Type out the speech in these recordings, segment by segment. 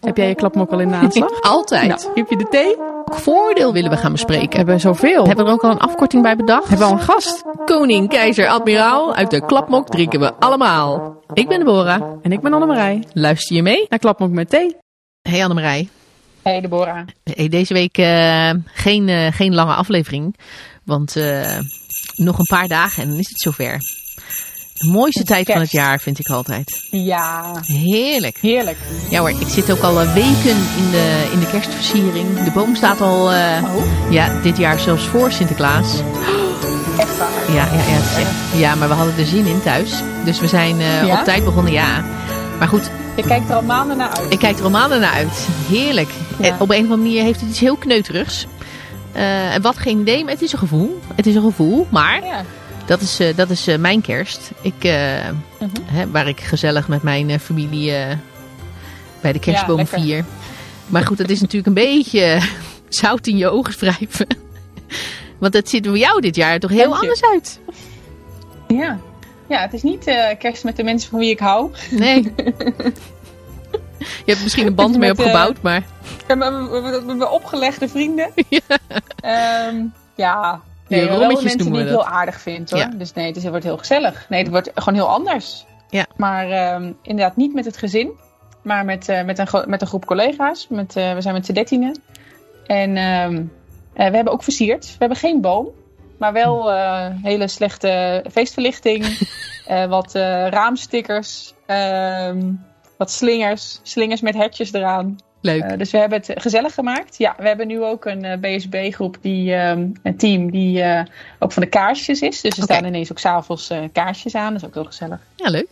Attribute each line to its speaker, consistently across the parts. Speaker 1: Heb jij je klapmok al in de aanslag?
Speaker 2: Altijd.
Speaker 1: Nou, heb je de thee?
Speaker 2: Welk voordeel willen we gaan bespreken?
Speaker 1: Hebben we zoveel?
Speaker 2: Hebben we er ook al een afkorting bij bedacht?
Speaker 1: Hebben we al een gast?
Speaker 2: Koning, keizer, admiraal. Uit de klapmok drinken we allemaal. Ik ben Deborah.
Speaker 1: En ik ben Annemarij.
Speaker 2: Luister je mee?
Speaker 1: Naar klapmok met thee.
Speaker 2: Hey Annemarij.
Speaker 1: Hey Deborah.
Speaker 2: Hey, deze week eh, geen, eh, geen lange aflevering. Want eh, nog een paar dagen en dan is het zover. De mooiste tijd van het
Speaker 1: kerst.
Speaker 2: jaar vind ik altijd.
Speaker 1: Ja,
Speaker 2: Heerlijk.
Speaker 1: heerlijk.
Speaker 2: Ja hoor, ik zit ook al eh, weken in de, in de kerstversiering. De boom staat al eh,
Speaker 1: Oh,
Speaker 2: ja, dit jaar zelfs voor Sinterklaas.
Speaker 1: echt waar.
Speaker 2: Ja, ja, ja, het is echt- ja, maar we hadden er zin in thuis. Dus we zijn eh,
Speaker 1: Ja?
Speaker 2: op tijd begonnen, ja. Maar goed,
Speaker 1: Je kijkt er al maanden naar uit.
Speaker 2: ik kijk er al maanden naar uit. Heerlijk.
Speaker 1: Ja.
Speaker 2: En op een of andere manier heeft het iets heel kneuterigs. Eh, en wat geen idee, maar het is een gevoel. Het is een gevoel, maar
Speaker 1: Ja.
Speaker 2: dat is, eh, dat is eh, mijn kerst. Ik, eh,
Speaker 1: Mhm.
Speaker 2: hè, waar ik gezellig met mijn eh, familie eh, bij de kerstboom
Speaker 1: Ja, lekker.
Speaker 2: vier. Maar goed, dat is natuurlijk een beetje eh, zout in je ogen wrijven. Want dat ziet er voor jou dit jaar toch heel
Speaker 1: Dank je.
Speaker 2: anders uit.
Speaker 1: ja. Ja, het is niet eh, kerst met de mensen van wie ik hou.
Speaker 2: Nee. Je hebt misschien een band
Speaker 1: Met,
Speaker 2: mee
Speaker 1: eh,
Speaker 2: opgebouwd, maar
Speaker 1: Ik heb mijn- mijn- mijn- mijn opgelegde vrienden. Ehm, ja.
Speaker 2: Je
Speaker 1: wel
Speaker 2: rommetjes
Speaker 1: mensen
Speaker 2: noemen
Speaker 1: die
Speaker 2: we
Speaker 1: ik
Speaker 2: dat.
Speaker 1: heel aardig vind hoor.
Speaker 2: Ja.
Speaker 1: Dus nee, dus het wordt heel gezellig. Nee, het wordt gewoon heel anders.
Speaker 2: Ja.
Speaker 1: Maar ehm, inderdaad niet met het gezin, maar met, eh, met, een, gro- met een groep collega's. Met, eh, we zijn met z'n dertienen. En ehm, eh, we hebben ook versierd. We hebben geen boom, maar
Speaker 2: Hm.
Speaker 1: wel eh, hele slechte feestverlichting. eh, wat eh, raamstickers, ehm, wat slingers, slingers met hertjes eraan.
Speaker 2: leuk.
Speaker 1: Eh, dus we hebben het gezellig gemaakt. Ja, we hebben nu ook een eh, BSB-groep, die, ehm, een team die eh, ook van de kaarsjes is. Dus er
Speaker 2: Oké.
Speaker 1: staan ineens ook s'avonds eh kaarsjes aan. Dat is ook heel gezellig.
Speaker 2: ja, leuk.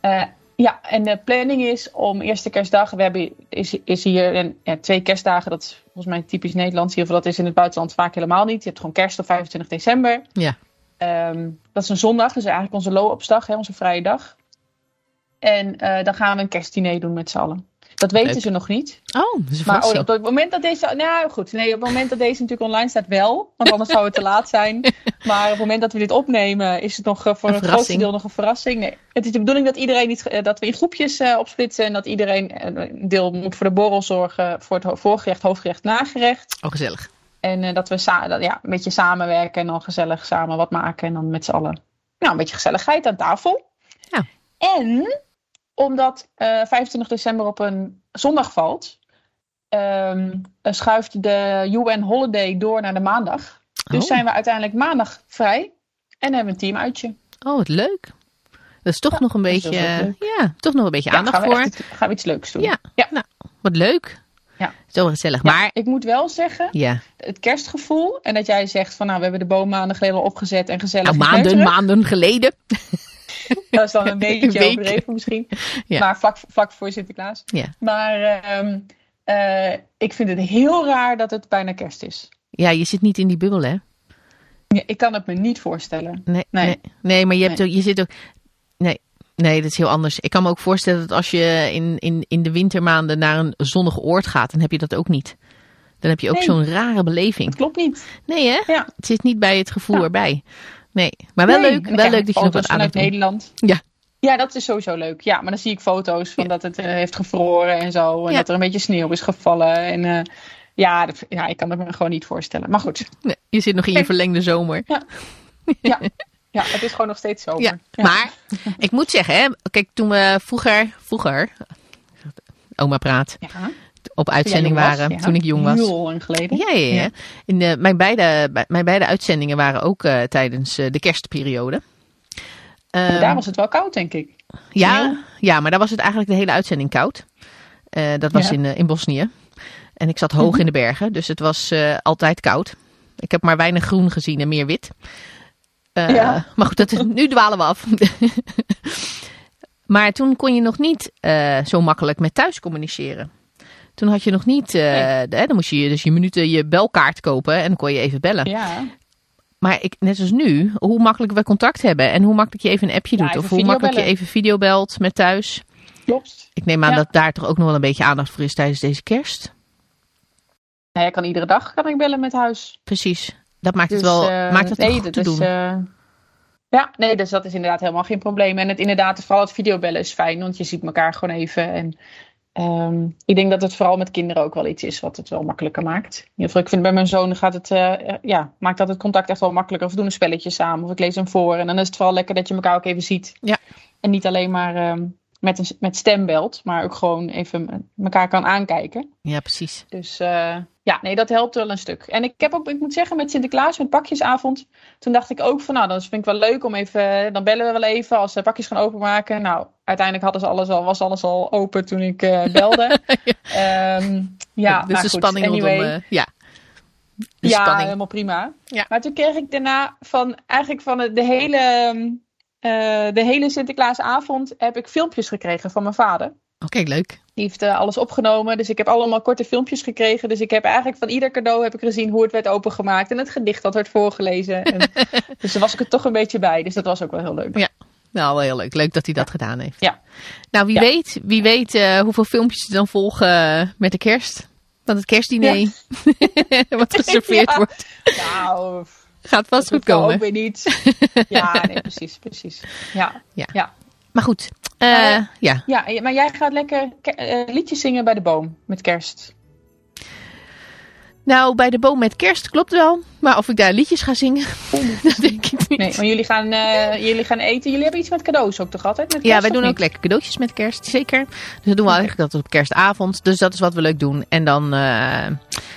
Speaker 1: Eh, ja, en de planning is om eerste kerstdag. We hebben is, is hier een, ja, twee kerstdagen. Dat is volgens mij typisch Nederlands. Heel veel dat is in het buitenland vaak helemaal niet. Je hebt gewoon kerst op 25 december.
Speaker 2: Ja.
Speaker 1: Ehm, dat is een zondag, dus eigenlijk onze loopsdag, hè, onze vrije dag. En eh, dan gaan we een kerstdiner doen met z'n allen. Dat weten
Speaker 2: Leuk.
Speaker 1: ze nog niet.
Speaker 2: Oh, dat is een
Speaker 1: Maar oh,
Speaker 2: verrassing.
Speaker 1: op het moment dat deze. Nou goed, nee, op het moment dat deze natuurlijk online staat wel. Want anders zou het te laat zijn. Maar op het moment dat we dit opnemen, is het nog eh, voor
Speaker 2: Een
Speaker 1: een, grootste
Speaker 2: verrassing.
Speaker 1: deel nog een verrassing. Nee, het is de bedoeling dat iedereen niet, eh, dat we in groepjes eh, opsplitsen. En dat iedereen eh, een deel moet voor de borrel zorgen, voor het ho- voorgerecht, hoofdgerecht, nagerecht.
Speaker 2: Oh, gezellig.
Speaker 1: En eh, dat we sa- dat, ja, een beetje samenwerken en dan gezellig samen wat maken. En dan met z'n allen nou, een beetje gezelligheid aan tafel.
Speaker 2: Ja.
Speaker 1: En omdat eh, 25 december op een zondag valt, ehm, eh, schuift de UN Holiday door naar de maandag. Dus
Speaker 2: Oh.
Speaker 1: zijn we uiteindelijk maandag vrij en hebben een teamuitje.
Speaker 2: Oh, wat leuk. Dat is toch nog een
Speaker 1: is
Speaker 2: beetje,
Speaker 1: heel erg leuk.
Speaker 2: ja, toch nog een beetje
Speaker 1: Ja,
Speaker 2: aandacht
Speaker 1: gaan we
Speaker 2: voor.
Speaker 1: echt iets- gaan we iets leuks doen.
Speaker 2: Ja. Wat leuk.
Speaker 1: Ja.
Speaker 2: Zo gezellig.
Speaker 1: Ja,
Speaker 2: Maar
Speaker 1: ik moet wel zeggen,
Speaker 2: ja,
Speaker 1: het kerstgevoel en dat jij zegt van nou, we hebben de boom maanden geleden al opgezet en gezellig.
Speaker 2: nou,
Speaker 1: gekneuteren.
Speaker 2: maanden, maanden geleden.
Speaker 1: Dat is dan een
Speaker 2: Een
Speaker 1: beetje
Speaker 2: week.
Speaker 1: overdreven misschien.
Speaker 2: Ja.
Speaker 1: Maar vlak, vlak voor Sinterklaas.
Speaker 2: Ja.
Speaker 1: Maar ehm, eh, ik vind het heel raar dat het bijna kerst is.
Speaker 2: Ja, je zit niet in die bubbel, hè?
Speaker 1: Ja, ik kan het me niet voorstellen.
Speaker 2: Nee, nee.
Speaker 1: Nee.
Speaker 2: nee. maar je, hebt
Speaker 1: Nee.
Speaker 2: Ook, je zit ook. Nee, nee, dat is heel anders. Ik kan me ook voorstellen dat als je in, in, in de wintermaanden naar een zonnig oord gaat, dan heb je dat ook niet. Dan heb je ook
Speaker 1: Nee.
Speaker 2: zo'n rare beleving.
Speaker 1: Het klopt niet.
Speaker 2: Nee, hè?
Speaker 1: Ja.
Speaker 2: Het zit niet bij het gevoel
Speaker 1: Ja.
Speaker 2: erbij. Nee, maar Ah, wel
Speaker 1: Nee. En
Speaker 2: leuk,
Speaker 1: dan
Speaker 2: wel
Speaker 1: krijg
Speaker 2: leuk
Speaker 1: ik
Speaker 2: dat je nog
Speaker 1: foto's
Speaker 2: wat aan
Speaker 1: vanuit
Speaker 2: het doen.
Speaker 1: Nederland.
Speaker 2: Ja.
Speaker 1: Ja, dat is sowieso leuk. Ja, maar dan zie ik foto's van dat het eh, heeft gevroren en zo. En
Speaker 2: Ja.
Speaker 1: dat er een beetje sneeuw is gevallen. En eh, ja, dat- ja, ik kan het me gewoon niet voorstellen. Maar goed,
Speaker 2: Nee, je zit nog in je verlengde zomer.
Speaker 1: ja. ja het is gewoon nog steeds zomer.
Speaker 2: Ja, maar ik moet zeggen, hè, kijk, toen we vroeger, vroeger, oma praat,
Speaker 1: Ja. Toen
Speaker 2: op
Speaker 1: jij
Speaker 2: uitzending
Speaker 1: jong was,
Speaker 2: waren,
Speaker 1: ja.
Speaker 2: toen ik jong was.
Speaker 1: Heel lang geleden.
Speaker 2: Ja, ja, ja.
Speaker 1: Ja.
Speaker 2: In, eh, mijn, beide, bij- mijn beide uitzendingen waren ook eh, tijdens eh, de kerstperiode.
Speaker 1: Maar
Speaker 2: Ehm,
Speaker 1: Daar was het wel koud, denk ik.
Speaker 2: ja, ja, maar daar was het eigenlijk de hele uitzending koud. Eh, dat was
Speaker 1: Ja. Mhm.
Speaker 2: in, eh, in Bosnië. En ik zat hoog in de bergen, dus het was eh, altijd koud. Ik heb maar weinig groen gezien en meer wit. Eh,
Speaker 1: Ja.
Speaker 2: Maar goed, dat, nu dwalen we af. maar toen kon je nog niet eh, zo makkelijk met thuis communiceren. Toen had je nog niet, eh,
Speaker 1: Nee.
Speaker 2: de- hè, dan moest je dus je minuten je belkaart kopen en dan kon je even bellen.
Speaker 1: Ja.
Speaker 2: Maar ik, net als nu, hoe makkelijk we contact hebben en hoe makkelijk je even een appje
Speaker 1: Ja,
Speaker 2: doet.
Speaker 1: even
Speaker 2: Of hoe makkelijk je even videobelt met thuis.
Speaker 1: Klopt.
Speaker 2: Ik neem aan
Speaker 1: Ja.
Speaker 2: dat daar toch ook nog wel een beetje aandacht voor is tijdens deze kerst.
Speaker 1: Nou, jij kan iedere dag kan ik bellen met huis.
Speaker 2: Precies. Dat maakt het
Speaker 1: Dus,
Speaker 2: wel
Speaker 1: eh,
Speaker 2: maakt het wel
Speaker 1: nee,
Speaker 2: goed
Speaker 1: dat
Speaker 2: te
Speaker 1: is,
Speaker 2: doen.
Speaker 1: eh, ja, nee, dus dat is inderdaad helemaal geen probleem. En het inderdaad, vooral het videobellen is fijn, want je ziet elkaar gewoon even. En Ehm, ik denk dat het vooral met kinderen ook wel iets is wat het wel makkelijker maakt. In ieder geval, ik vind bij mijn zoon gaat het, eh, eh, ja, maakt dat het contact echt wel makkelijker. Of we doen een spelletje samen, of ik lees hem voor. En dan is het vooral lekker dat je elkaar ook even ziet.
Speaker 2: Ja.
Speaker 1: En niet alleen maar ehm, met, een, met stem belt, maar ook gewoon even elkaar kan aankijken.
Speaker 2: Ja, precies.
Speaker 1: Dus eh, ja, nee, dat helpt wel een stuk. En ik heb ook, ik moet zeggen, met Sinterklaas, met pakjesavond, toen dacht ik ook van, nou, dat vind ik wel leuk om even, eh, dan bellen we wel even als ze pakjes gaan openmaken. Nou, uiteindelijk hadden ze alles al, was alles al open toen ik eh, belde. Ehm, ja, nou
Speaker 2: dus de
Speaker 1: goed,
Speaker 2: spanning
Speaker 1: anyway,
Speaker 2: rondom. eh, ja. De
Speaker 1: ja,
Speaker 2: spanning.
Speaker 1: helemaal prima.
Speaker 2: Ja.
Speaker 1: Maar toen kreeg ik daarna van eigenlijk van de hele, ehm, eh, de hele Sinterklaasavond heb ik filmpjes gekregen van mijn vader.
Speaker 2: Oké, Oh, leuk.
Speaker 1: Die heeft eh, alles opgenomen. Dus ik heb allemaal korte filmpjes gekregen. Dus ik heb eigenlijk van ieder cadeau heb ik gezien hoe het werd opengemaakt. En het gedicht dat werd voorgelezen. En, dus daar was ik er toch een beetje bij. Dus dat was ook wel heel leuk.
Speaker 2: Nou, wel heel leuk. Leuk dat hij dat gedaan heeft.
Speaker 1: Ja.
Speaker 2: Nou, wie
Speaker 1: Ja.
Speaker 2: weet, wie weet eh, hoeveel filmpjes er dan volgen eh, met de kerst. Van het kerstdiner. Wat geserveerd
Speaker 1: Ja.
Speaker 2: wordt.
Speaker 1: Nou,
Speaker 2: Gaat vast goed
Speaker 1: dat kan ook
Speaker 2: komen.
Speaker 1: weer niet. Ja, nee, precies, precies. Ja,
Speaker 2: Maar goed. eh,
Speaker 1: Maar, eh,
Speaker 2: ja.
Speaker 1: ja en- maar jij gaat lekker ke- eh, liedjes zingen bij de boom met kerst.
Speaker 2: Nou, bij de boom met kerst klopt wel. Maar of ik daar liedjes ga zingen, dat denk ik niet.
Speaker 1: Nee, maar jullie gaan, eh, jullie gaan eten. Jullie hebben iets met cadeaus ook toch altijd? Met
Speaker 2: Ja,
Speaker 1: kerst,
Speaker 2: wij
Speaker 1: of
Speaker 2: doen
Speaker 1: niet?
Speaker 2: ook lekker cadeautjes met kerst, zeker. Dus dat doen we
Speaker 1: Oké.
Speaker 2: eigenlijk altijd op kerstavond. Dus dat is wat we leuk doen. En dan eh,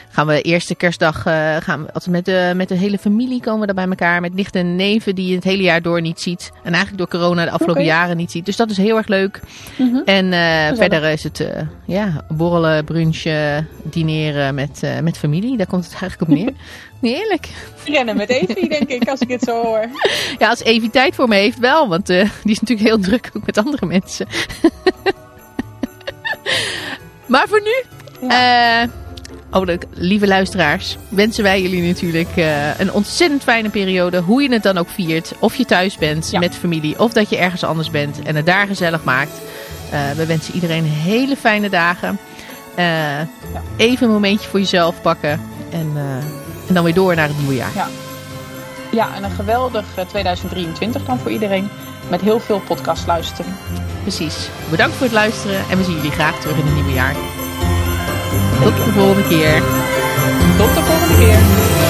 Speaker 2: gaan we eerste kerstdag eh, gaan we altijd met de, met de hele familie komen we daar bij elkaar. Met nichten en neven die je het hele jaar door niet ziet. En eigenlijk door corona de afgelopen
Speaker 1: Oké.
Speaker 2: jaren niet ziet. Dus dat is heel erg leuk.
Speaker 1: Mhm.
Speaker 2: En eh, verder is het eh, ja, borrelen, brunchen, dineren met, eh, met familie. Daar komt het eigenlijk op neer. Heerlijk.
Speaker 1: Rennen met Evie, denk ik, als ik het zo hoor.
Speaker 2: Ja, als Evie tijd voor me heeft wel, want eh, die is natuurlijk heel druk ook met andere mensen. maar voor nu, eh, oh, leuk, lieve luisteraars, wensen wij jullie natuurlijk eh, een ontzettend fijne periode. Hoe je het dan ook viert, of je thuis bent
Speaker 1: Ja.
Speaker 2: met familie, of dat je ergens anders bent en het daar gezellig maakt. Eh, we wensen iedereen hele fijne dagen. Eh, Even een momentje voor jezelf pakken en, eh, en dan weer door naar het nieuwe jaar.
Speaker 1: Ja, en een geweldig eh, 2023 dan voor iedereen. Met heel veel podcast luisteren.
Speaker 2: Precies. Bedankt voor het luisteren en we zien jullie graag terug in het nieuwe jaar. Tot de volgende keer.
Speaker 1: Tot de volgende keer.